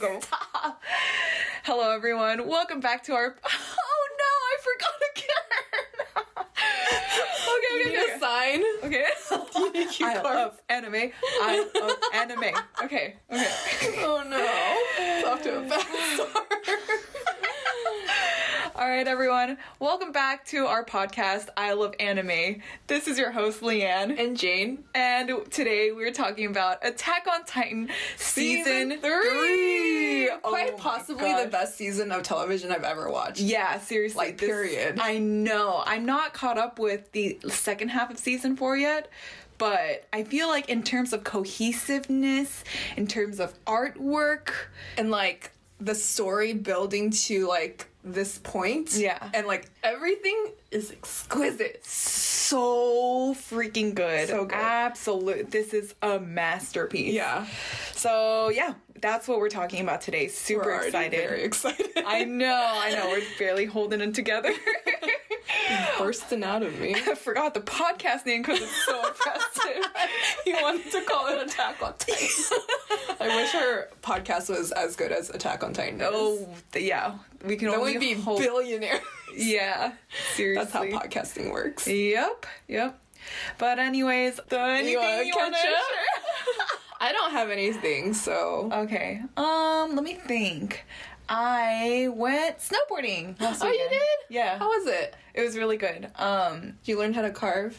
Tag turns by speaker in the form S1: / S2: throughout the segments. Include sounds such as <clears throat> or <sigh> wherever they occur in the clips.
S1: go.
S2: Stop. Hello, everyone. Welcome back to our. <laughs> Oh no, I forgot again. <laughs> okay, okay, okay. <laughs>
S1: sign.
S2: Okay. I love anime. I love anime. Okay. Okay. <laughs>
S1: Oh no. It's off to a bad start.
S2: All right, everyone. Welcome back to our podcast, I Love Anime. This is your host, Leanne.
S1: and Jane.
S2: And today we're talking about Attack on Titan Season, 3.
S1: Quite
S2: Oh my
S1: possibly
S2: gosh.
S1: the best season of television I've ever watched.
S2: Yeah, seriously.
S1: Like, period.
S2: I know. I'm not caught up with the second half of season four yet, but I feel like in terms of cohesiveness, in terms of artwork,
S1: And like the story building to like this point.
S2: Yeah.
S1: And like everything is exquisite.
S2: so freaking good.
S1: So good.
S2: Absolute. This is a masterpiece.
S1: Yeah.
S2: So yeah, that's what we're talking about today. Super
S1: We're already
S2: excited.
S1: Very excited.
S2: <laughs> I know, I know. We're barely holding it together. <laughs>
S1: bursting out of <laughs> me.
S2: I forgot the podcast name because it's
S1: <laughs>
S2: so impressive.
S1: he wanted to call it Attack on
S2: <laughs>
S1: Titan. I wish our podcast was as good as Attack on Titan. is.
S2: Oh th- yeah, we can
S1: then
S2: only
S1: we'd be
S2: hope.
S1: billionaires.
S2: yeah, <laughs> seriously.
S1: That's how podcasting works.
S2: Yep, yep. But anyways, the anything you
S1: wanna
S2: want
S1: catch
S2: to
S1: up? <laughs> I don't have anything, so
S2: Okay. Um, let me think. I went snowboarding. last
S1: Oh, you
S2: weekend.
S1: did?
S2: Yeah,
S1: how was it?
S2: it was really good. Um,
S1: You learned how to carve.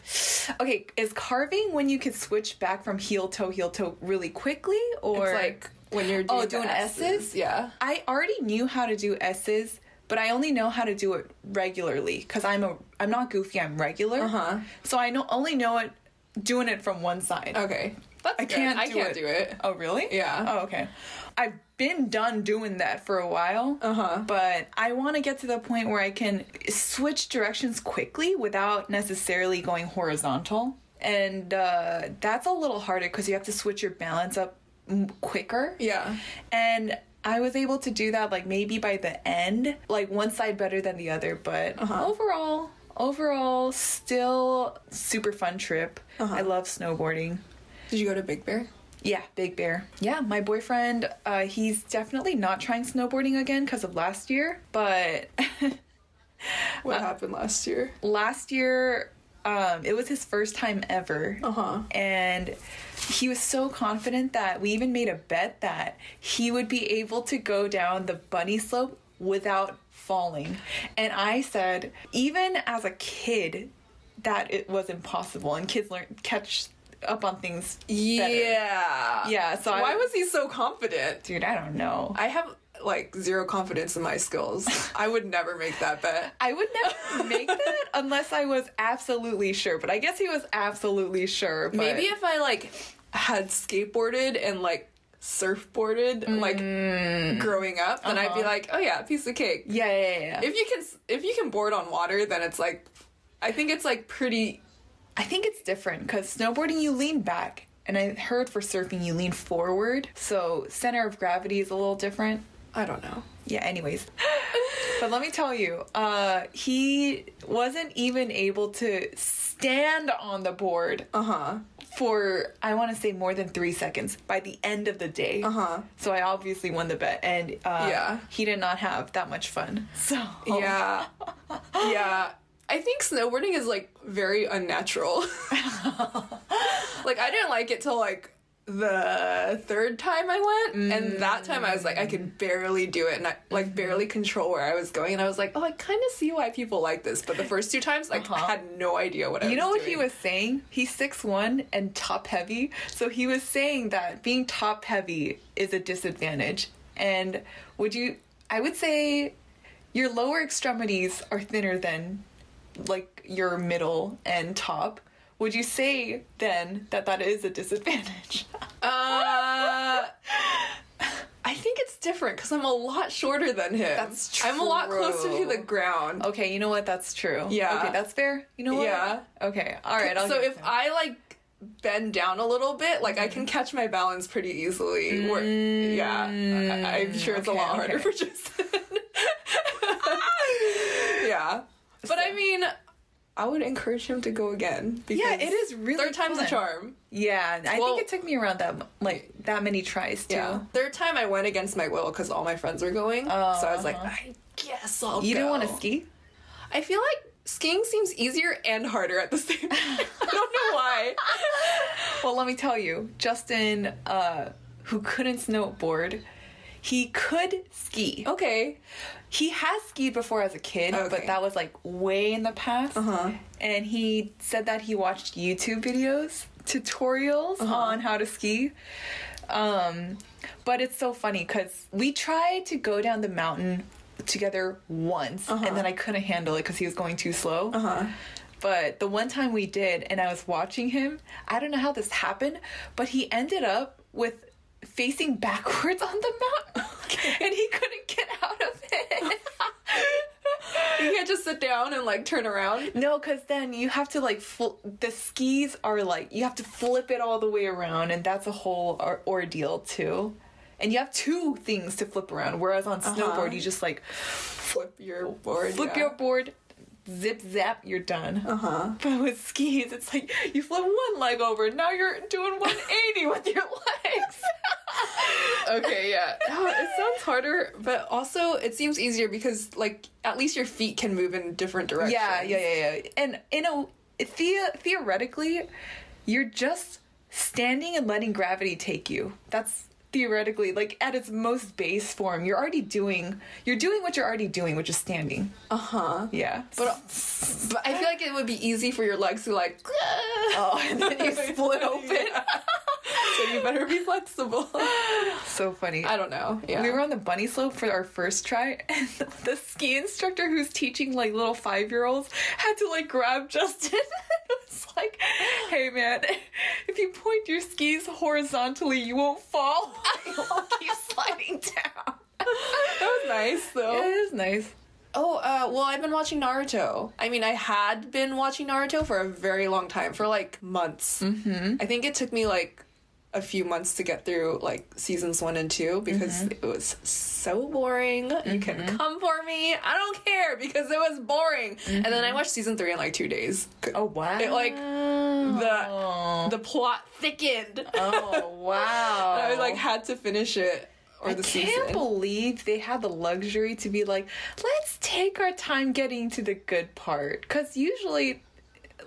S2: okay, is carving when you could switch back from heel toe heel toe really quickly, or
S1: it's like when you're doing,
S2: Oh, doing
S1: the
S2: S's?
S1: Yeah.
S2: I already knew how to do S's, but I only know how to do it regularly because I'm a I'm not goofy. I'm regular.
S1: Uh-huh.
S2: So I know only know it doing it from one side.
S1: Okay. That's
S2: I
S1: good.
S2: can't.
S1: I
S2: do
S1: can't
S2: it.
S1: do it.
S2: Oh really?
S1: Uh, Yeah.
S2: Oh okay. I've been done doing that for a while.
S1: Uh-huh.
S2: But I want to get to the point where I can switch directions quickly without necessarily going horizontal, and uh, that's a little harder because you have to switch your balance up mm, quicker.
S1: Yeah.
S2: And I was able to do that like maybe by the end, like one side better than the other, but overall, overall still super fun trip. I love snowboarding.
S1: Did you go to Big Bear?
S2: Yeah, Big Bear. Yeah, my boyfriend, uh, he's definitely not trying snowboarding again because of last year, but <laughs>
S1: What happened last year?
S2: last year um, it was his first time ever.
S1: Uh-huh.
S2: And he was so confident that we even made a bet that he would be able to go down the bunny slope without falling. And I said, even as a kid, that it was impossible. And kids learn catch up on things.
S1: Yeah.
S2: Yeah, so
S1: Why
S2: I-
S1: was he so confident?
S2: Dude, I don't know.
S1: I have like zero confidence in my skills. <laughs> I would never make that bet.
S2: I would <laughs> never make that unless I was absolutely sure. But I guess he was absolutely sure. But
S1: Maybe if I like had skateboarded and like surfboarded like growing up, then I'd be like, oh yeah, piece of cake.
S2: yeah, yeah, yeah, yeah.
S1: If you can if you can board on water, then it's like I think it's like pretty
S2: I think it's different because snowboarding you lean back, and I heard for surfing you lean forward, so center of gravity is a little different.
S1: I don't know.
S2: Yeah,
S1: <laughs>
S2: anyways. but let me tell you, uh, he wasn't even able to stand on the board
S1: Uh-huh.
S2: for, I want to say, more than three seconds by the end of the day. Uh
S1: Uh-huh.
S2: So I obviously won the bet, and uh,
S1: Yeah. Oh,
S2: he did not have that much fun. <laughs> So.
S1: Yeah. yeah. I think snowboarding is like very unnatural. <laughs> like I didn't like it till like the third time I went, and that time I was like I could
S2: Mm.
S1: barely do it, and I
S2: Mm-hmm.
S1: like barely control where I was going, and I was like, oh, I kind of see why people like this,
S2: <laughs>
S1: but the first two times like I had no idea what I
S2: Uh-huh. You
S1: was
S2: know what he
S1: doing.
S2: was saying? He's six one and top heavy, so he was saying that being top heavy is a disadvantage. And would you? I would say your lower extremities are thinner than like your middle and top. Would you say then that that is a disadvantage? <laughs>
S1: Uh, I think it's different because I'm a lot shorter than him.
S2: That's
S1: I'm a lot closer to
S2: true.
S1: the ground.
S2: <laughs> okay, you know what? That's true.
S1: Yeah.
S2: Okay, that's fair. You know what?
S1: Yeah.
S2: Okay. All right. I'll
S1: so
S2: give
S1: if
S2: it to him.
S1: I like bend down a little bit, like I can
S2: Mm.
S1: catch my balance pretty easily. Where- yeah, I- I'm sure it's a
S2: Mm. okay,
S1: lot harder
S2: okay.
S1: for <laughs> Justin. yeah, but I mean, I would encourage him to go again. Because
S2: Yeah, it is really
S1: Third time's
S2: fun.
S1: a charm.
S2: Yeah, I
S1: Well-
S2: think it took me around that like that many tries too.
S1: Yeah. Third time I went against my will because all my friends were going. so I was like, I guess I'll
S2: Uh-huh. You
S1: go.
S2: didn't want to ski?
S1: I feel like skiing seems easier and harder at
S2: <laughs>
S1: the same time. <laughs> I don't know why.
S2: Well, let me tell you, Justin, uh, who couldn't snowboard, he could ski.
S1: Okay.
S2: He has skied before as a kid,
S1: Oh. Okay.
S2: but that was like way in the past.
S1: Uh-huh.
S2: And he said that he watched YouTube videos, tutorials
S1: Uh-huh.
S2: on how to ski. Um, but it's so funny because we tried to go down the mountain together once, and then I couldn't handle it because he was going too slow.
S1: Uh-huh.
S2: But the one time we did, and I was watching him, I don't know how this happened, but he ended up with facing backwards on the
S1: <laughs>
S2: mountain, and he couldn't get out of it. <laughs>
S1: You can't just sit down and like turn around.
S2: No, because then you have to like fl- the skis are like you have to flip it all the way around, and that's a whole or- ordeal too. And you have two things to flip around, whereas on snowboard you just like
S1: Flip your Uh-huh. board.
S2: flip
S1: yeah. Uh-huh.
S2: your board, zip zap, you're done. Uh huh. But with skis, it's like you flip one leg over, now you're doing 180 with your legs. <laughs>
S1: Okay, yeah. <laughs> Oh, it sounds harder, but also it seems easier because like at least your feet can move in different directions.
S2: Yeah, yeah, yeah, yeah. And in a the- theoretically, you're just standing and letting gravity take you. That's theoretically like at its most base form. You're already doing you're doing what you're already doing, which is standing.
S1: Uh huh.
S2: Yeah.
S1: But but I feel like it would be easy for your legs to like. <laughs>
S2: oh, and then you split open. <laughs>
S1: so you better be flexible.
S2: So funny.
S1: <laughs> I don't know. Yeah.
S2: We were on the bunny slope for our first try, <laughs> and the ski instructor who's teaching like little five year olds had to like grab Justin. <laughs> it was like, hey man, if you point your skis horizontally, you won't fall. <laughs> You'll keep sliding down.
S1: that was nice though.
S2: It is nice.
S1: Oh, uh, well, I've been watching Naruto. I mean, I had been watching Naruto for a very long time, for like months. Mm-hmm. I think it took me like a few months to get through like seasons one and two because
S2: Mm-hmm.
S1: it was so boring. You can come for me. I don't care because it was boring. And then
S2: Mm-hmm.
S1: I watched season three in like two days.
S2: Oh wow.
S1: It, like,
S2: the
S1: The plot thickened. <laughs>
S2: Oh wow. <laughs>
S1: I like had to finish it or
S2: I
S1: the
S2: can't
S1: season.
S2: believe they had the luxury to be like, let's take our time getting to the good part. Because usually,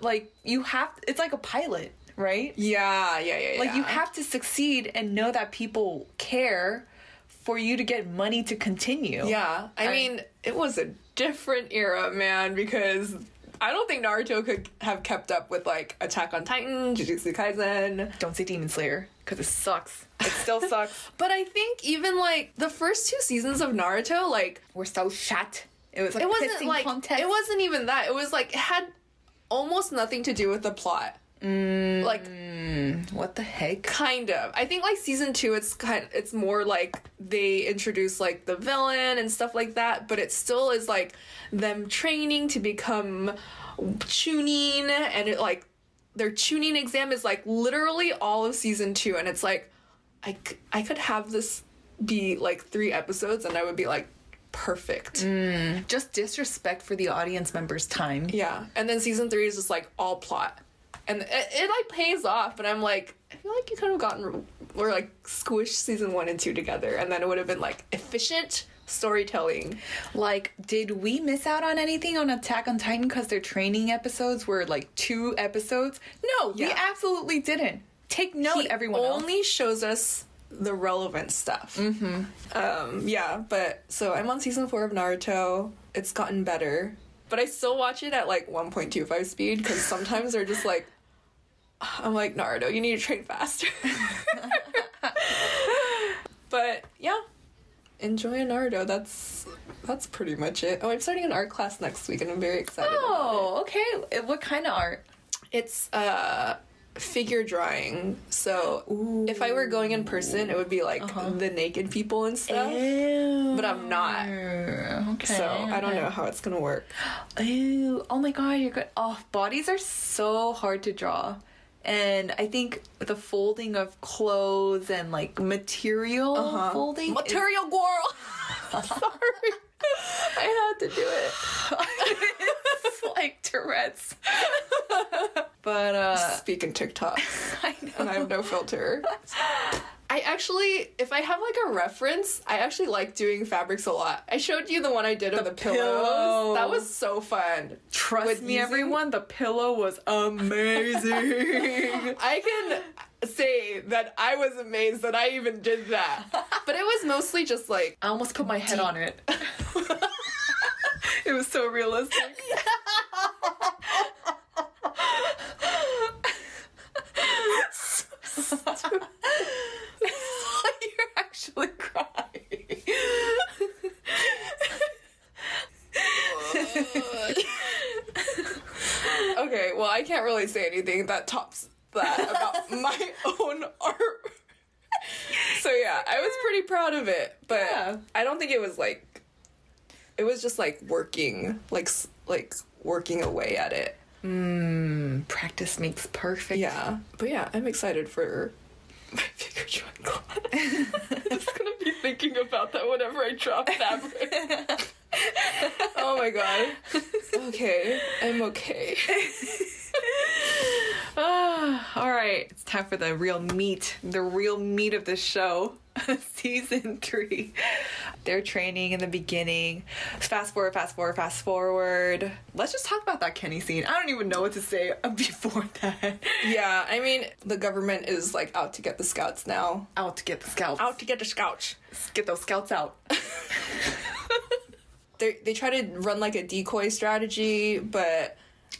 S2: like, you have, it's like a pilot, right?
S1: yeah, yeah, yeah, yeah.
S2: Like, you have to succeed and know that people care for you to get money to continue.
S1: Yeah, I,
S2: I-
S1: mean, it was a different era, man, because I don't think Naruto could have kept up with like Attack on Titan, Jujutsu Kaisen.
S2: Don't say Demon Slayer, because it sucks. It
S1: <laughs>
S2: still sucks.
S1: But I think even like the first two seasons of Naruto, like
S2: We're so shot. It was like
S1: it wasn't
S2: pissing
S1: like
S2: contest.
S1: it wasn't even that. It was like it had almost nothing to do with the plot.
S2: Mm.
S1: Like
S2: What the heck?
S1: kind of. I think like season two, it's kind. It's more like they introduce like the villain and stuff like that, but it still is like them training to become tuning, and it like their tuning exam is like literally all of season two, and it's like I c- I could have this be like three episodes, and I would be like perfect.
S2: Just disrespect for the audience members' time.
S1: Yeah, and then season three is just like all plot, and it, it like pays off. But I'm like, I feel like you could have gotten or like squished season one and two together, and then it would have been like efficient storytelling.
S2: Like, did we miss out on anything on Attack on Titan because their training episodes were like two episodes? No, we
S1: Yeah.
S2: absolutely didn't. Take note,
S1: He
S2: everyone. else.
S1: only shows us the relevant stuff. Mm-hmm. Um, yeah, but so I'm on season four of Naruto. It's gotten better, but I still watch it at like 1.25 speed because sometimes they're just like, <sighs> I'm like Naruto, you need to train faster. <laughs> but yeah, enjoy Naruto. That's that's pretty much it. Oh, I'm starting an art class next week, and I'm very excited. about it.
S2: Oh, okay. What kind of art?
S1: It's uh figure drawing. So if I were going in person, it would be like
S2: Uh-huh.
S1: the naked people and stuff.
S2: Eh,
S1: But I'm not.
S2: Okay.
S1: So I don't know how it's gonna work.
S2: Ew. Oh my god, you're good. Oh, bodies are so hard to draw. And I think the folding of clothes and like material Oh, folding. is-
S1: Uh-huh. Material
S2: <laughs>
S1: girl. Sorry, I had to do it.
S2: <laughs> it's like Tourette's. <laughs> but uh,
S1: Speaking TikTok,
S2: <laughs> I
S1: and I have no filter. I actually, if I have like a reference, I actually like doing fabrics a lot. I showed you the one I did on the pillows.
S2: pillow.
S1: That was so fun.
S2: <laughs> Trust
S1: With
S2: me,
S1: using-
S2: everyone. The pillow was amazing.
S1: I can say that I was amazed that I even did that. But it was mostly just like
S2: <laughs> I almost put my head on it. <laughs> it was so <laughs> realistic. You're actually <laughs> crying.
S1: Okay, well, I can't really say anything that tops that about my own art. So yeah, I was pretty proud of it, but
S2: Yeah.
S1: I don't think it was like it was just like working, like s- like working away at it.
S2: Practice makes perfect.
S1: Yeah, but yeah, I'm excited for <laughs> my figure drawing class. I'm <laughs> just gonna be thinking about that whenever I drop fabric. <laughs> oh my god. Okay, I'm okay.
S2: <laughs> Ah, all right, it's time for the real meat, the real meat of the show, <laughs> season three. Their training in the beginning. Fast forward, fast forward, fast forward. Let's just talk about that Kenny scene. I don't even know what to say <laughs> before that.
S1: Yeah, I mean, the government is like out to get the scouts now.
S2: Out to get the scouts.
S1: to get the scouts.
S2: get those scouts out.
S1: <laughs> They they try to run like a decoy strategy, but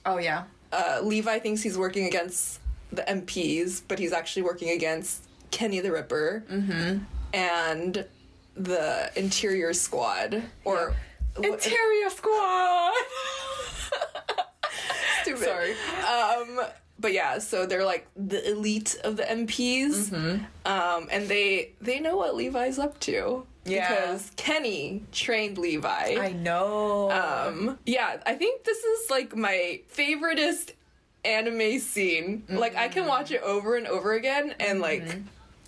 S2: oh yeah.
S1: uh, Levi thinks he's working against the MPs, but he's actually working against Kenny the Ripper
S2: Mm-hmm.
S1: and the Interior Squad or <laughs>
S2: Interior squad. <laughs>
S1: Stupid.
S2: Sorry.
S1: Um, but yeah, so they're like the elite of the MPs,
S2: Mm-hmm.
S1: um, and they they know what Levi's up to
S2: Yeah.
S1: because Kenny trained <laughs> Levi.
S2: I know.
S1: Um, yeah, I think this is like my favoriteest anime scene. Like I can watch it over and over again and like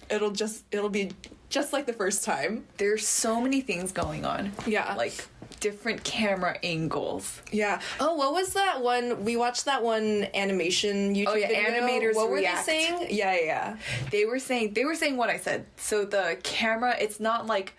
S1: it'll just it'll be just like the first time.
S2: There's so many things going on.
S1: Yeah.
S2: Like different camera angles.
S1: Yeah. Oh, what was that one? We watched that one animation YouTube
S2: yeah,
S1: video.
S2: animators
S1: What
S2: react.
S1: were they saying? Yeah, yeah, yeah.
S2: They were saying they were saying what I said. So the camera, it's not like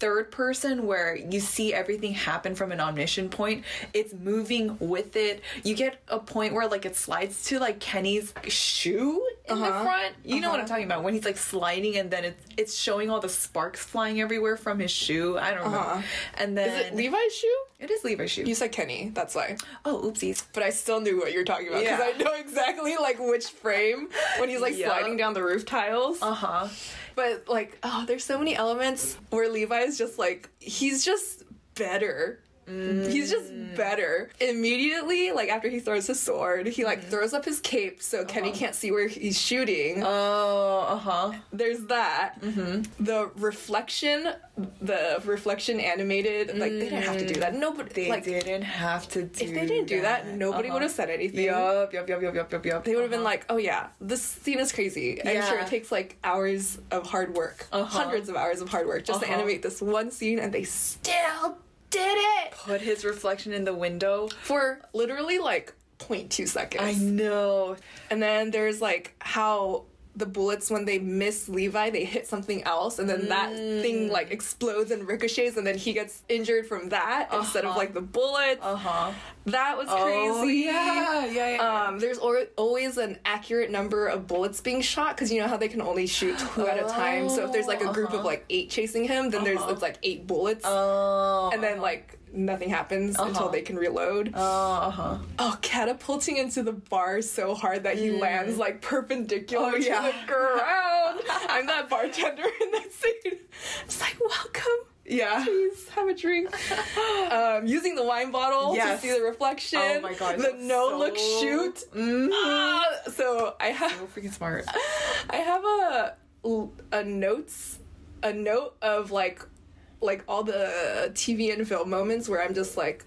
S2: third person where you see everything happen from an omniscient point. It's moving with it. You get a point where like it slides to like Kenny's shoe in the
S1: Uh-huh.
S2: front. You know what I'm
S1: Uh-huh.
S2: talking about when he's like sliding and then it's it's showing all the sparks flying everywhere from his shoe. I don't
S1: Uh-huh.
S2: know. And then
S1: Is it Levi's shoe?
S2: It is Levi's shoe.
S1: You said Kenny, that's why.
S2: oh, oopsies.
S1: But I still knew what you're talking about because
S2: Yeah.
S1: I know <laughs> exactly like which frame when he's like
S2: Yeah.
S1: sliding down the roof tiles.
S2: Uh huh.
S1: But like, oh, there's so many elements where Levi is just like he's just better.
S2: Mm.
S1: He's just better. Immediately, like after he throws his sword, he
S2: Mm-hmm.
S1: like throws up his cape so
S2: Uh-huh.
S1: Kenny can't see where he's shooting.
S2: Oh, uh huh.
S1: There's that.
S2: Mm-hmm.
S1: The reflection, the reflection animated. Like they didn't have to do that. Nobody
S2: Mm. They
S1: like
S2: didn't have to do.
S1: if they didn't do that, nobody
S2: Uh-huh.
S1: would have said anything.
S2: Yup, yup, yup, yup, yup, yup, yup.
S1: They would have been like, "Oh yeah, this scene is crazy. I'm sure
S2: Uh-huh. Yeah.
S1: it takes like hours of hard work,
S2: Uh-huh.
S1: hundreds of hours of hard work, just to
S2: Uh-huh.
S1: animate this one scene, and they still did it
S2: put his reflection in the window.
S1: for literally like 0.2 seconds."
S2: I know.
S1: And then there's like how the bullets when they miss Levi, they hit something else, and then that thing
S2: Mm.
S1: like explodes and ricochets, and then he gets injured from that instead of
S2: Uh-huh.
S1: like the bullets.
S2: Uh huh.
S1: That was
S2: Oh,
S1: crazy.
S2: yeah, yeah, yeah.
S1: Um, there's al- always an accurate number of bullets being shot because you know how they can only shoot two at a time. So if there's like a group
S2: Uh-huh.
S1: of like eight chasing him, then there's it's like eight bullets,
S2: oh.
S1: and then like nothing happens
S2: Uh-huh.
S1: until they can reload.
S2: Uh huh.
S1: oh, catapulting into the bar so hard that he lands like perpendicular
S2: Mm. Oh, yeah.
S1: to the
S2: <laughs>
S1: ground. <laughs> I'm that bartender in that scene. It's like welcome. <laughs>
S2: Yeah.
S1: Please have a drink.
S2: <laughs>
S1: Um, using the wine bottle
S2: Yes.
S1: to see the reflection.
S2: Oh my God,
S1: The
S2: that's
S1: no look
S2: so- Mm-hmm.
S1: shoot. Ah, so I
S2: So
S1: have
S2: freaking smart.
S1: I have a a notes a note of like like all the TV and film moments where I'm just like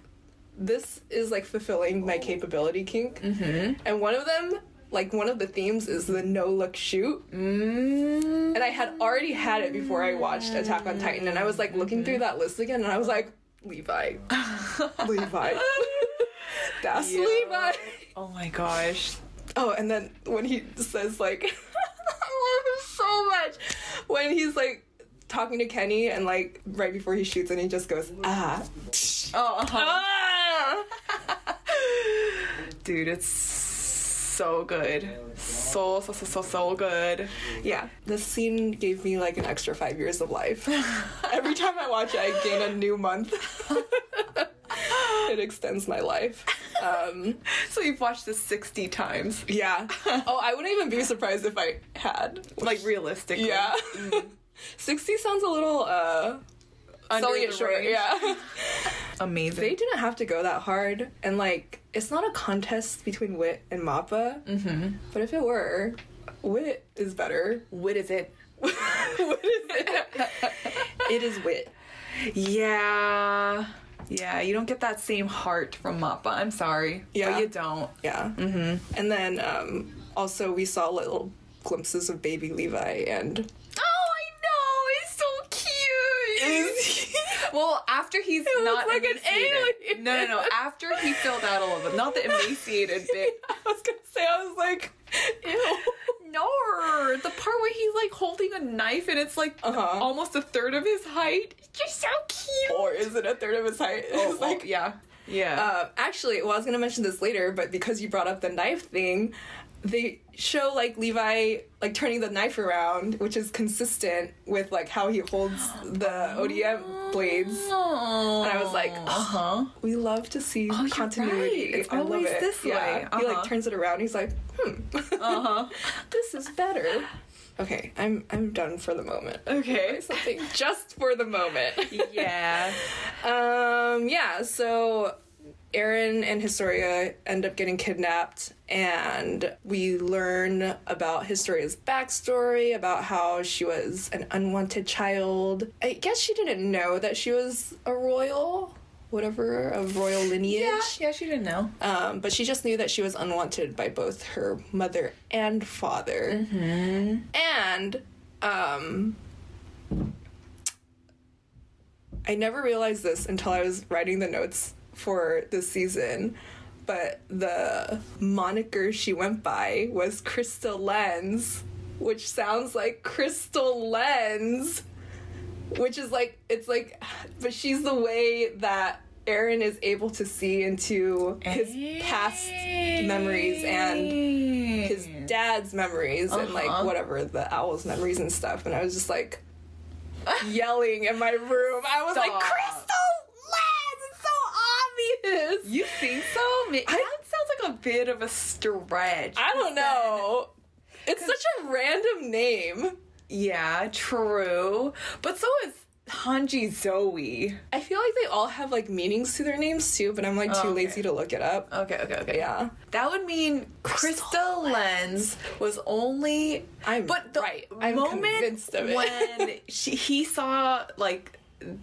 S1: this is like fulfilling
S2: Oh.
S1: my capability kink.
S2: Mm.
S1: Mm-hmm. And one of them like one of the themes is the no look shoot.
S2: Mm.
S1: And I had already had it before I watched Attack on Titan, and I was like looking through that list again, and I was like, Levi, Levi. Dastardly, but
S2: Oh my gosh.
S1: oh, and then when he says like, <laughs> I love him so much. When he's like talking to Kenny and like right before he shoots, and he just goes ah.
S2: Oh, uh-huh.
S1: Ah!
S2: dude, it's so good. So, so, so, so, so <laughs> good.
S1: Yeah, this scene gave me like an extra five years of life. Every time I watch it, I gain a new month. <laughs> it extends my life. Um,
S2: So you've watched this 60 times. <laughs>
S1: yeah. Oh, I wouldn't even be surprised if I had.
S2: Like realistically.
S1: Yeah.
S2: Mm.
S1: <laughs> 60 sounds a little, uh,
S2: Under
S1: selling
S2: the
S1: it short.
S2: range. <laughs>
S1: Yeah.
S2: Amazing.
S1: they didn't have to go that hard. And like, it's not a contest between Wit and Mappa. Mm-hmm. But if it were, Wit is better. <laughs>
S2: what is it?
S1: what is it? it is Wit.
S2: Yeah. Yeah, you don't get that same heart from Mappa. I'm sorry.
S1: Yeah.
S2: But you don't.
S1: Yeah. Mm-hmm. And then um, also we saw little glimpses of baby Levi and
S2: Oh, I know. He's so cute.
S1: <laughs>
S2: well, after he's
S1: It looks
S2: not
S1: like an
S2: emaciated-
S1: alien.
S2: No, no, no. After he filled out a little bit, not the <laughs>
S1: <laughs>
S2: emaciated bit.
S1: I was gonna say I was like, ew.
S2: No, the part where he's like holding a knife and it's like
S1: Uh-huh.
S2: almost a third of his height. You're so cute. <laughs>
S1: Or is it a third of his height?
S2: Oh,
S1: It's like
S2: oh, yeah, yeah.
S1: Uh, actually, well, I was gonna mention this later, but because you brought up the knife thing, they show like Levi like turning the knife around, which is consistent with like how he holds the ODM
S2: uh,
S1: blades.
S2: and
S1: I was like,
S2: huh.
S1: We love to see
S2: Oh, you're
S1: continuity.
S2: right.
S1: It's- I
S2: Always
S1: love it.
S2: this way.
S1: He like
S2: Uh-huh.
S1: turns it around. He's like, hmm, <laughs>
S2: Uh huh.
S1: this is better. Okay, I'm I'm done for the moment.
S2: Okay.
S1: <laughs> Something just for the moment.
S2: <laughs> yeah.
S1: Um, yeah, so Aaron and Historia end up getting kidnapped, and we learn about Historia's backstory, about how she was an unwanted child. I guess she didn't know that she was a royal, whatever, of royal lineage.
S2: Yeah. Yeah. She didn't know.
S1: Um, but she just knew that she was unwanted by both her mother and
S2: Mm-hmm.
S1: father. And um, I never realized this until I was writing the notes for this season. But the moniker she went by was Crystal Lens, which sounds like Crystal Lens which is like it's like but she's the way that Aaron is able to see into his past memories and his dad's memories and like
S2: Uh-huh.
S1: whatever the owl's memories and stuff and I was just like yelling in my room. I was like
S2: Stop.
S1: Crystal Lens, it's so obvious.
S2: You think so? I mean, that sounds like a bit of a stretch.
S1: I don't know. It's such a random name.
S2: Yeah, true. But so is Hanji Zoe.
S1: I feel like they all have like meanings to their names too, but I'm like too
S2: okay.
S1: lazy to look it up.
S2: Okay, okay, okay.
S1: Yeah.
S2: That would mean Crystal, Lens was only.
S1: I'm
S2: but the
S1: right. I'm
S2: moment
S1: convinced of
S2: <laughs>
S1: it.
S2: when she, he saw like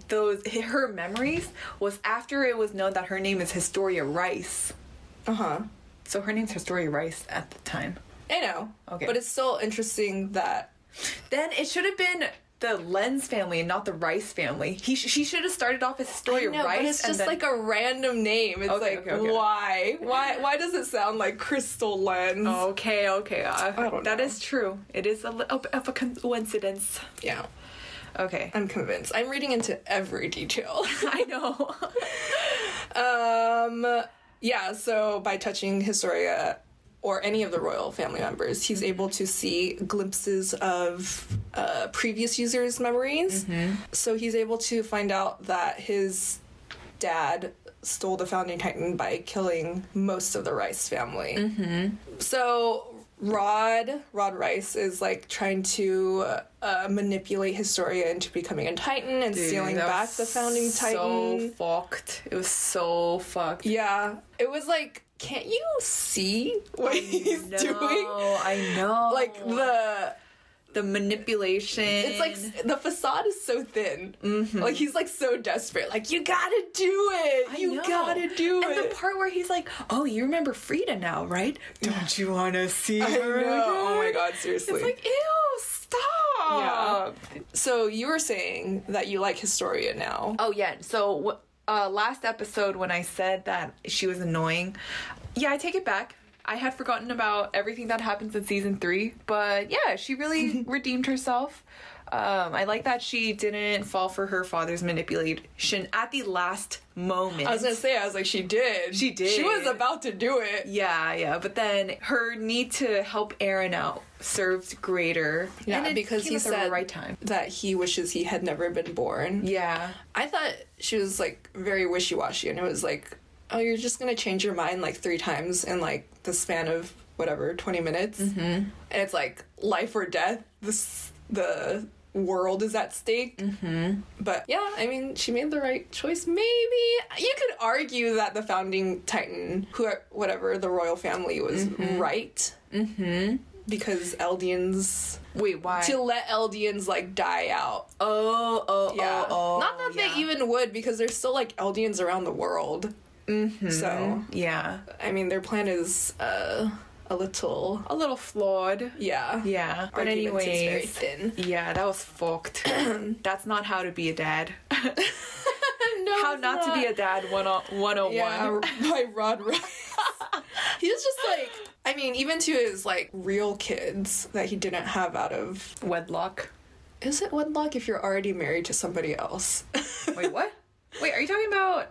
S2: those her memories was after it was known that her name is Historia Rice.
S1: Uh huh.
S2: So her name's Historia Rice at the time.
S1: I know.
S2: Okay.
S1: But it's still interesting that.
S2: Then it should have been the Lens family and not the Rice family. He sh- she should have started off as Historia
S1: No,
S2: Rice.
S1: but it's
S2: and
S1: just
S2: then-
S1: like a random name. It's
S2: Okay,
S1: like
S2: okay, okay.
S1: why, why, why does it sound like crystal lens?
S2: Okay, okay. I've-
S1: I don't
S2: that
S1: know.
S2: is true. It is a little bit of a coincidence.
S1: Yeah,
S2: Okay. <laughs>
S1: I'm convinced. I'm reading into every detail.
S2: I know.
S1: um, yeah. So by touching Historia or any of the royal family members, he's able to see glimpses of uh, previous users' memories.
S2: Mm-hmm.
S1: So he's able to find out that his dad stole the founding titan by killing most of the rice family
S2: Mm-hmm.
S1: so rod rod rice is like trying to uh, manipulate historia into becoming a titan and <laughs> stealing
S2: That was
S1: back the founding titan
S2: So fucked. It was so fucked.
S1: yeah it was like can't you see what he's
S2: No,
S1: doing
S2: I know.
S1: like the
S2: the manipulation.
S1: it's like s- the facade is so thin. Like he's like so desperate. Like you gotta do it.
S2: Mm-hmm. I
S1: you
S2: know.
S1: gotta do it.
S2: And the part where he's like, "Oh, you remember Frida now, right? Don't you want to see
S1: I
S2: her
S1: know. Oh my
S2: again?"
S1: god, seriously.
S2: It's like, ew, stop.
S1: so you were saying that you like Historia now.
S2: Oh yeah. So what? uh, last episode when I said that she was annoying, yeah, I take it back. I had forgotten about everything that happens in season three, but yeah, she
S1: <laughs>
S2: really redeemed herself. Um, I like that she didn't fall for her father's manipulation at the last moment.
S1: I was gonna say, I was like, she did.
S2: She did.
S1: She was about to do it.
S2: yeah, yeah, but then her need to help Aaron out served greater.
S1: Yeah,
S2: And it
S1: because
S2: came
S1: he
S2: at the
S1: said
S2: right time.
S1: that he wishes he had never been born.
S2: Yeah,
S1: I thought she was like very wishy washy, and it was like, oh, you're just gonna change your mind like three times in like the span of whatever twenty minutes, mm-hmm. and it's like life or death. This the world is at stake. Mm-hmm. But yeah, I mean, she made the right choice. Maybe you could argue that the founding titan, who whatever the royal family was right, mm-hmm. because Eldians
S2: wait, why?
S1: to let Eldians like die out.
S2: oh, oh,
S1: Yeah.
S2: oh, oh.
S1: Not that
S2: yeah.
S1: they even would because there's still like Eldians around the world. Mm-hmm. So,
S2: Yeah.
S1: I mean, their plan is uh, a little.
S2: A little flawed.
S1: Yeah.
S2: Yeah. But
S1: Arguments is
S2: <laughs>
S1: very
S2: anyways.
S1: thin.
S2: Yeah, that was <clears throat> fucked. That's not how to be a dad. <laughs>
S1: no,
S2: how
S1: it's
S2: not, to be a dad 101.
S1: Yeah, <laughs> by Rod
S2: <laughs>
S1: Rice. he was just like, I mean, even to his like real kids that he didn't have out of.
S2: Wedlock.
S1: Is it wedlock if you're already married to somebody else? <laughs>
S2: Wait, what? Wait, are you talking about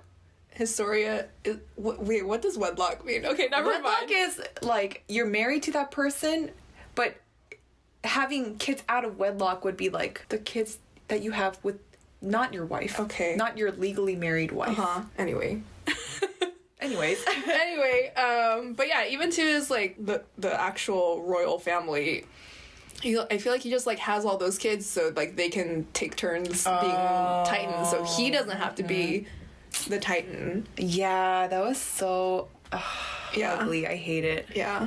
S1: Historia. Is, wh- wait, what does wedlock mean? Okay, never
S2: wedlock
S1: mind.
S2: is like you're married to that person, but having kids out of wedlock would be like the kids that you have with not your wife.
S1: Okay.
S2: Not your legally married wife.
S1: huh. Anyway,
S2: Anyways.
S1: anyway, um, but yeah, even to his like the the actual royal family, he, I feel like he just like has all those kids so like they can take turns being titans, so he doesn't have to be the titan.
S2: yeah, that was so ugh,
S1: Yeah.
S2: ugly. I hate it.
S1: Yeah,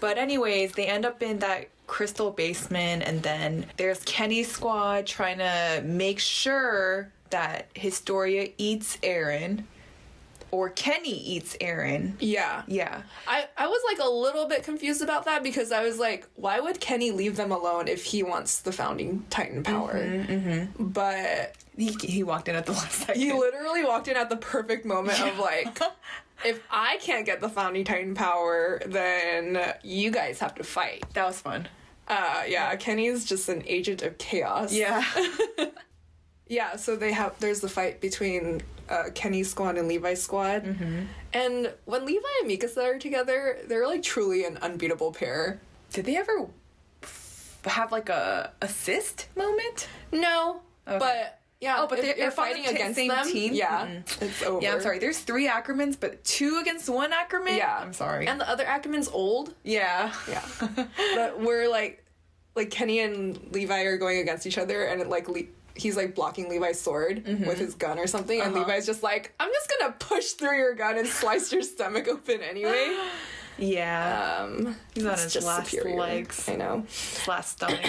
S2: But anyways, they end up in that crystal basement and then there's Kenny's squad trying to make sure that Historia eats Aaron or Kenny eats Aaron.
S1: yeah.
S2: Yeah.
S1: I I was like a little bit confused about that because I was like, why would Kenny leave them alone if he wants the founding titan power? But
S2: He, he walked in at the <laughs> last second.
S1: He literally walked in at the perfect moment
S2: <laughs>
S1: of like, if I can't get the founding titan power, then you guys have to fight.
S2: that was fun.
S1: Uh, yeah, Kenny's just an agent of chaos.
S2: Yeah.
S1: yeah. So they have there's the fight between uh, Kenny's squad and Levi's squad,
S2: Mm-hmm.
S1: and when Levi and Mika are together, they're like truly an unbeatable pair.
S2: <laughs> Did they ever f- have like a assist moment?
S1: No, but. Yeah,
S2: Oh, but
S1: if
S2: they're-
S1: you're
S2: if on the
S1: fighting
S2: t-
S1: against
S2: same
S1: them.
S2: team?
S1: Yeah,
S2: Mm-mm.
S1: it's over.
S2: Yeah, I'm sorry. There's three Ackermans, but two against one Ackerman?
S1: Yeah,
S2: I'm sorry.
S1: And the other Ackerman's old,
S2: yeah.
S1: <laughs> Yeah. but we're like, like Kenny and Levi are going against each other, and it like Le- he's like blocking Levi's sword
S2: Mm-hmm.
S1: with his gun or something, and
S2: Uh-huh.
S1: Levi's just like, I'm just gonna push through your gun and slice your stomach open
S2: <gasps>
S1: anyway.
S2: Yeah.
S1: Um,
S2: He's on
S1: it's
S2: his last legs.
S1: I know.
S2: Last stomach.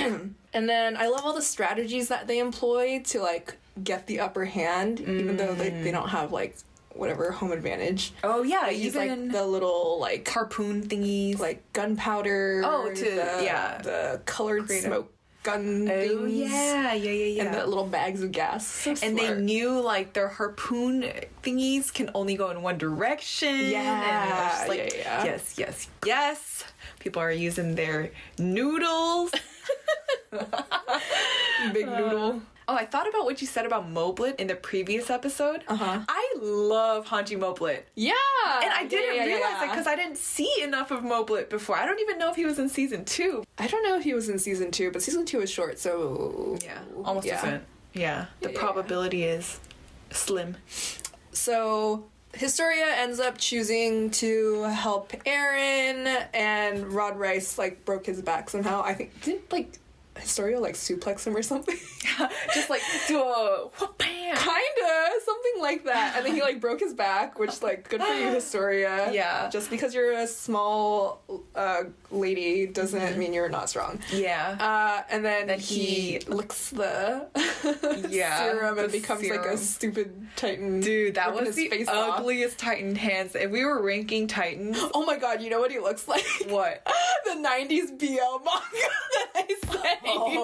S1: And then I love all the strategies that they employ to like get the upper hand, even though like they don't have like whatever home advantage.
S2: <clears throat> oh yeah,
S1: They use like
S2: Mm. even
S1: the little like
S2: harpoon thingies.
S1: like gunpowder.
S2: Oh, to-
S1: the,
S2: yeah.
S1: the colored smoke gun
S2: Oh,
S1: things.
S2: yeah, yeah, yeah, yeah.
S1: and the little bags of gas. So
S2: And they
S1: smart.
S2: knew like their harpoon thingies can only go in one direction. and they're just
S1: Yeah,
S2: like,
S1: yeah, yeah.
S2: Yes, yes, yes. People are using their noodles.
S1: big noodle.
S2: <laughs> Oh, I thought about what you said about Moblet in the previous episode.
S1: Uh-huh.
S2: I love Hanji Moblet.
S1: Yeah,
S2: And I didn't
S1: yeah, yeah,
S2: realize
S1: yeah.
S2: it because I didn't see enough of Moblet before. I don't even know if he was in season two.
S1: I don't know if he was in season two, but season two was short, so
S2: Almost isn't. Yeah. The
S1: Yeah, yeah,
S2: probability is
S1: <laughs>
S2: slim.
S1: So Historia ends up choosing to help Aaron, and Rod Rice like broke his back somehow. I think didn't like Historia like suplex him or something. <laughs>
S2: just like do a whoop, bam.
S1: Kinda, something like that. And then he like broke his back, which like good for you, Historia.
S2: Yeah.
S1: Just because you're a small uh, lady doesn't mean you're not strong.
S2: Yeah.
S1: Uh, and
S2: Mm-hmm.
S1: then,
S2: Then
S1: he,
S2: he-
S1: licks the
S2: <laughs> Yeah,
S1: <laughs> serum
S2: the
S1: and becomes like
S2: serum.
S1: a stupid titan.
S2: Dude, that
S1: ripping
S2: was the
S1: his face off.
S2: ugliest Titan hands. If we were ranking
S1: <gasps>
S2: Titans,
S1: Oh my god, you know what he looks like? <laughs>
S2: what? <laughs>
S1: the 90s BL manga that I sent
S2: Oh,
S1: you.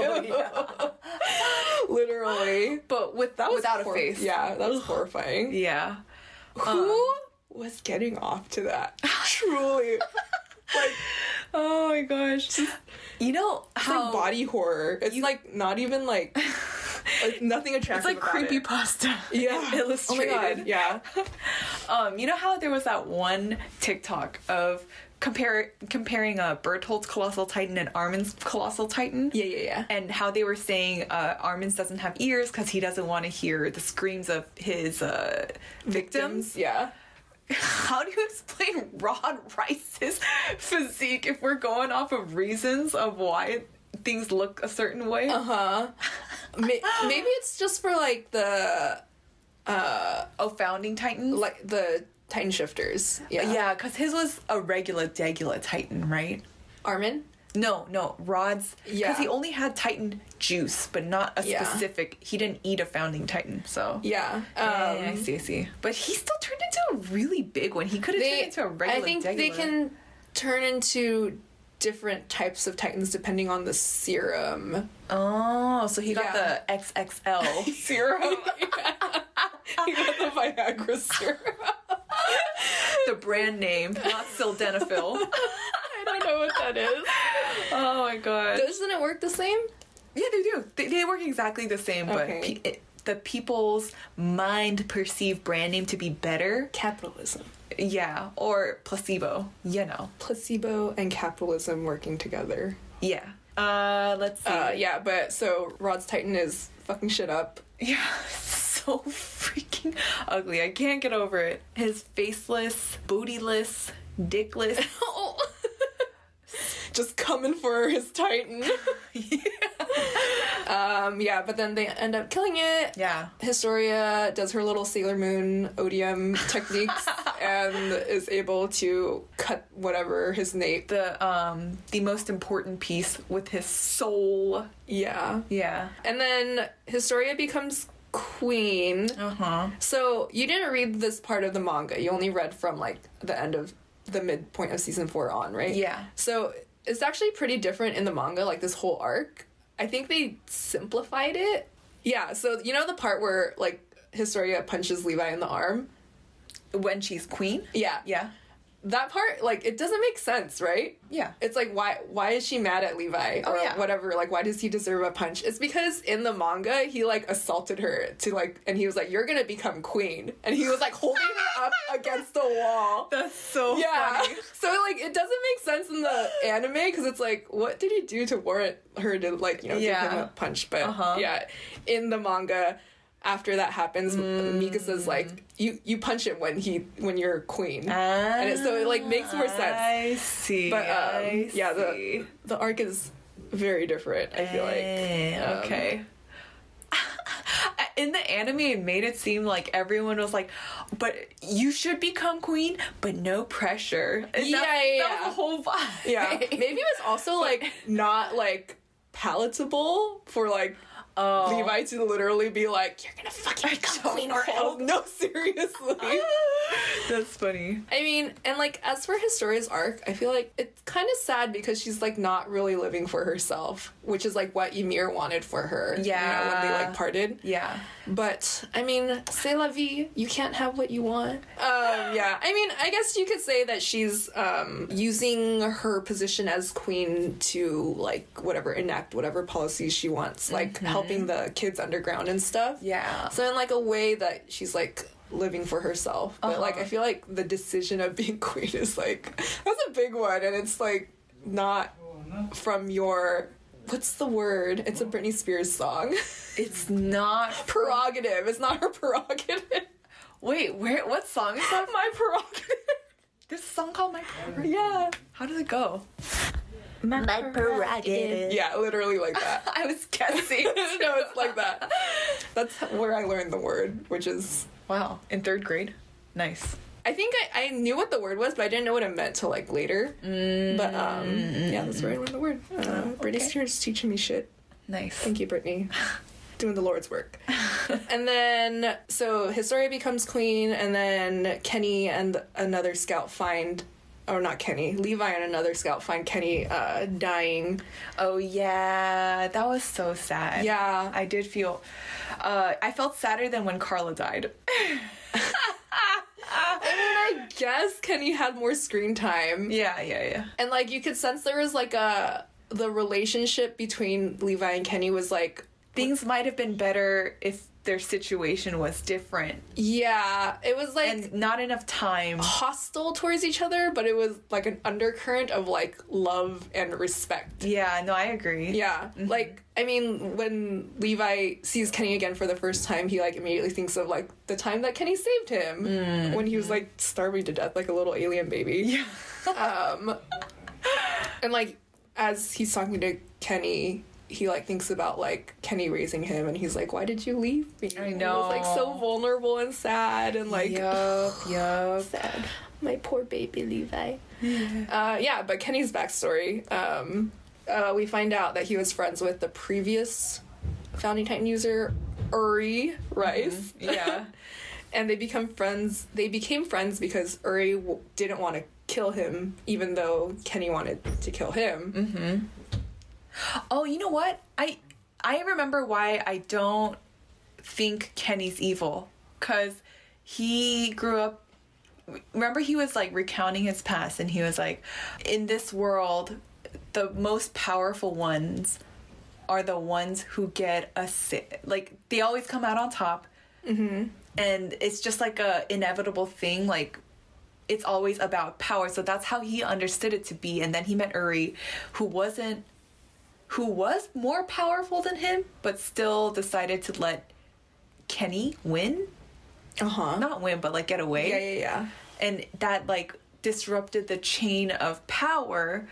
S1: <laughs> Literally.
S2: But with that was
S1: Without a
S2: hor-
S1: face. Yeah, that was horrifying.
S2: Yeah.
S1: Who
S2: Uh,
S1: was getting off to that? Truly. like
S2: Oh my gosh. You know
S1: from
S2: how
S1: body horror. It's like not even like
S2: <laughs>
S1: like nothing
S2: it's
S1: attractive.
S2: like
S1: about
S2: creepy <laughs>
S1: it.
S2: pasta.
S1: <laughs>
S2: <laughs>
S1: Yeah.
S2: Illustrated.
S1: Oh my god. Yeah.
S2: Um, you know how there was that one TikTok of compare comparing uh, Bertholdt's Colossal Titan and Armin's Colossal Titan?
S1: Yeah, yeah, yeah.
S2: And how they were saying uh, Armin's doesn't have ears because he doesn't want to hear the screams of his uh, victims. <laughs>
S1: Yeah.
S2: How do you explain Rod Rice's <laughs> physique if we're going off of reasons of why things look a certain way?
S1: Uh-huh.
S2: <laughs>
S1: Ma- maybe it's just for like the uh
S2: Oh, founding Titans?
S1: like the Titan shifters. Yeah.
S2: yeah, because his was a regular, degular Titan, right?
S1: Armin?
S2: No, no, Rod's.
S1: Yeah.
S2: Because he only had Titan juice, but not a
S1: Yeah.
S2: specific. He didn't eat a founding Titan, so.
S1: Yeah. Um
S2: Yeah, yeah, Oh, I see, I see. But he still turned into a really big one. He could have turned
S1: they
S2: into a regular.
S1: I think they
S2: Degula.
S1: can turn into different types of titans depending on the serum.
S2: Oh, so he got
S1: Yeah.
S2: the <laughs> XXL serum,
S1: <laughs> you got the Viagra serum.
S2: the brand name, not sildenafil.
S1: <laughs> I don't know what that is.
S2: <laughs> oh my god.
S1: Doesn't it work the same?
S2: Yeah, they do. They, they work exactly the same, but
S1: Okay.
S2: pe- it, the people's mind perceive brand name to be better.
S1: Capitalism.
S2: Yeah, or placebo. You know.
S1: Placebo and capitalism working together.
S2: Yeah. Uh, let's see.
S1: Uh, yeah, but so Rod's Titan is fucking shit <laughs> up.
S2: yeah, <laughs> so freaking ugly. I can't get over it. His faceless, bootyless, dickless.
S1: <laughs> Just coming for his Titan. <laughs> Um, <laughs> yeah, but then they end up killing it.
S2: yeah.
S1: Historia does her little Sailor Moon odium techniques and is able to cut whatever his name.
S2: The um the most important piece with his soul.
S1: Yeah.
S2: Yeah.
S1: And then Historia becomes queen.
S2: Uh huh.
S1: Uh-huh. So you didn't read this part of the manga. You only read from like the end of the midpoint of season four on, right?
S2: Yeah.
S1: So it's actually pretty different in the manga, like this whole arc. I think they simplified it. Yeah, so you know the part where like Historia punches Levi in the arm?
S2: When she's queen.
S1: Yeah.
S2: Yeah.
S1: That part, like, it doesn't make sense, right?
S2: Yeah.
S1: It's like why why is she mad at Levi
S2: Oh,
S1: or
S2: yeah.
S1: whatever? Like why does he deserve a punch? It's because in the manga he like assaulted her to like and he was like you're gonna become queen and he was like holding
S2: <laughs>
S1: her up against the wall.
S2: That's so
S1: Yeah,
S2: funny.
S1: so like it doesn't make sense in the anime because it's like what did he do to warrant her to like you know give him
S2: Yeah.
S1: a punch? But
S2: Uh-huh.
S1: yeah, in the manga. After that happens, Mikasa's
S2: Mm.
S1: like, "You you punch him when he when you're queen," and it, so it like makes more sense.
S2: I see.
S1: But um,
S2: I
S1: yeah,
S2: see.
S1: the the arc is very different. I feel like
S2: Eh,
S1: um,
S2: okay. <laughs> In the anime, it made it seem like everyone was like, "But you should become queen, but no pressure." And
S1: Yeah,
S2: that,
S1: yeah,
S2: that was the whole vibe. <laughs>
S1: yeah, maybe it was also like not like palatable for like <laughs>
S2: Oh.
S1: Levi to literally be like, "You're gonna fucking become queen or else." <laughs> No,
S2: <laughs>
S1: seriously.
S2: That's funny.
S1: I mean, and like as for Historia's arc, I feel like it's kind of sad because she's like not really living for herself, which is like what Ymir wanted for her. you know, when they
S2: Yeah.
S1: like parted.
S2: Yeah.
S1: But I mean, c'est la vie. You can't have what you want. Um, yeah. I mean, I guess you could say that she's um, using her position as queen to like whatever enact whatever policies she wants, like helping the kids underground and stuff.
S2: Mm-hmm. Yeah.
S1: So in like a way that she's like living for herself, but
S2: Uh-huh.
S1: like I feel like the decision of being <laughs> queen is like that's a big one, and it's like not from your. What's the word? It's a Britney Spears song. <laughs>
S2: It's not.
S1: prerogative. It's not her <laughs> prerogative.
S2: Wait, where? What song is that?
S1: <laughs> My prerogative.
S2: There's a song called "My Prerogative."
S1: Yeah.
S2: How does it go?
S3: My
S2: <laughs>
S1: <laughs>
S3: prerogative.
S1: Yeah, literally like that. <laughs>
S2: I was <laughs> guessing.
S1: no, it's like that. That's where I learned the word, which is
S2: wow, in third grade. Nice.
S1: I think I, I knew what the word was, but I didn't know what it meant till like later. But um, yeah, that's where I learned the word. Uh, Britney Spears teaching me shit.
S2: Nice.
S1: Thank you, Brittany. Doing the Lord's work. and then, so Historia becomes queen, and then Kenny and another scout find or not Kenny, Levi and another scout find Kenny uh, dying.
S2: Oh yeah, that was so sad.
S1: Yeah.
S2: I did feel. Uh, I felt sadder than when Carla died. <laughs>
S1: I guess Kenny had more screen time.
S2: yeah, yeah, yeah.
S1: And like you could sense there was like a the relationship between Levi and Kenny was like
S2: Things might have been better if their situation was different
S1: yeah, it was like
S2: and not enough time.
S1: hostile towards each other, but it was like an undercurrent of like love and respect.
S2: Yeah, no, I agree.
S1: Yeah. Like I mean, when Levi sees Kenny again for the first time, he like immediately thinks of like the time that Kenny saved him
S2: Mm-hmm.
S1: when he was like starving to death like a little alien baby.
S2: <laughs>
S1: Yeah. um and like as he's talking to Kenny, he like thinks about like Kenny raising him and he's like, "Why did you leave me?"
S2: I
S1: And he was, like so
S2: know.
S1: vulnerable and sad and like
S2: yup, yup.
S3: Sad. My poor baby Levi.
S1: Uh, yeah, but Kenny's backstory. Um, uh, we find out that he was friends with the previous Founding Titan user, Uri Rice.
S2: Yeah.
S1: <laughs> and they become friends. They became friends because Uri w- didn't want to kill him, even though Kenny wanted to kill him.
S2: Oh, you know what? I I remember why I don't think Kenny's evil cuz he grew up remember he was like recounting his past and he was like in this world the most powerful ones are the ones who get a si- like they always come out on top. And it's just like a inevitable thing like it's always about power. So that's how he understood it to be and then he met Uri who wasn't who was more powerful than him, but still decided to let Kenny win.
S1: Uh huh.
S2: Not win, but like get away.
S1: Yeah, yeah, yeah.
S2: And that like disrupted the chain of power.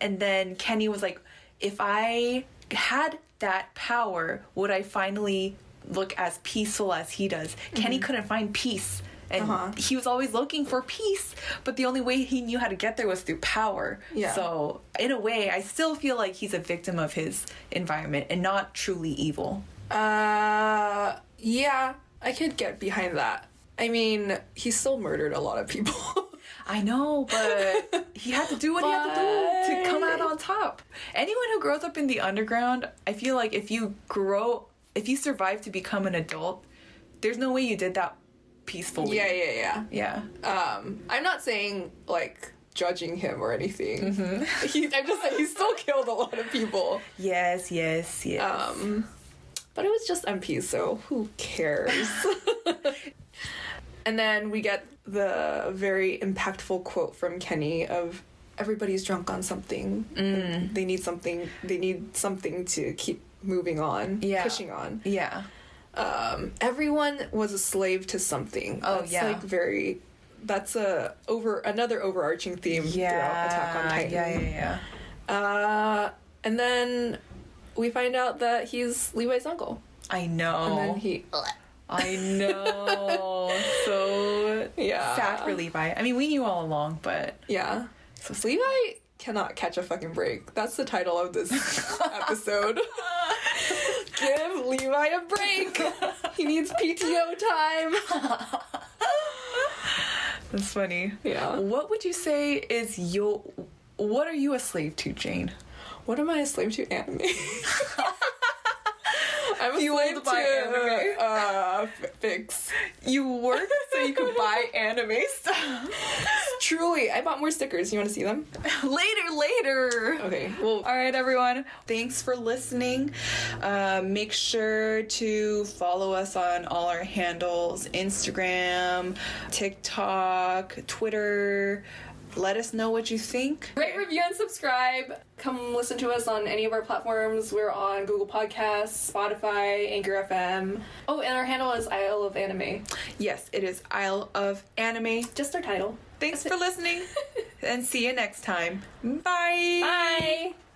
S2: And then Kenny was like, if I had that power, would I finally look as peaceful as he does? Kenny couldn't find peace. And
S1: Mm-hmm. Uh-huh.
S2: he was always looking for peace, but the only way he knew how to get there was through power.
S1: Yeah.
S2: So, in a way, I still feel like he's a victim of his environment and not truly evil.
S1: Uh, yeah, I could get behind that. I mean, he still murdered a lot of people. <laughs>
S2: I know, but he had to do what he had to do to come out on top. Anyone who grows up in the underground, I feel like if you grow, if you survive to become an adult, there's no way you did that peacefully.
S1: yeah, yeah, yeah.
S2: Yeah.
S1: um, I'm not saying like judging him or anything. He, I'm just saying he still killed a lot of people.
S2: Yes, yes, yes.
S1: Um, but it was just MPs, so who cares? and then we get the very impactful quote from Kenny of everybody's drunk on something. and They need something. They need something to keep moving on,
S2: Yeah.
S1: pushing on.
S2: yeah.
S1: Um, everyone was a slave to something.
S2: Oh,
S1: that's
S2: yeah.
S1: like very. That's a over another overarching theme throughout Attack on Titan.
S2: Yeah, yeah, yeah.
S1: Uh, and then we find out that he's Levi's uncle,
S2: I
S1: and
S2: know.
S1: then he.
S2: I know.
S1: <laughs>
S2: so
S1: Yeah.
S2: sad for Levi. I mean, we knew all along, but
S1: Yeah. So Levi cannot catch a fucking break. That's the title
S2: <laughs>
S1: of this episode. Give Levi a break. He needs PTO time.
S2: <laughs> that's funny.
S1: Yeah.
S2: What would you say is your? What are you a slave to, Jane?
S1: What am I a slave to? <laughs> Anime. I'm a slave
S2: Fueled by
S1: to
S2: anime.
S1: uh, fix.
S2: You work so you <laughs> can buy anime stuff.
S1: Truly, I bought more stickers. You want to see them?
S2: <laughs> later, later.
S1: Okay. Well,
S2: All right, everyone. Thanks for listening. Uh, make sure to follow us on all our handles Instagram, TikTok, Twitter. Let us know what you think.
S1: rate, review, and subscribe. Come listen to us on any of our platforms. We're on Google Podcasts, Spotify, Anchor FM. Oh, and our handle is Isle of Anime.
S2: Yes, it is Isle of Anime.
S1: Just our title.
S2: Thanks for listening and see you next time. Bye.
S1: Bye.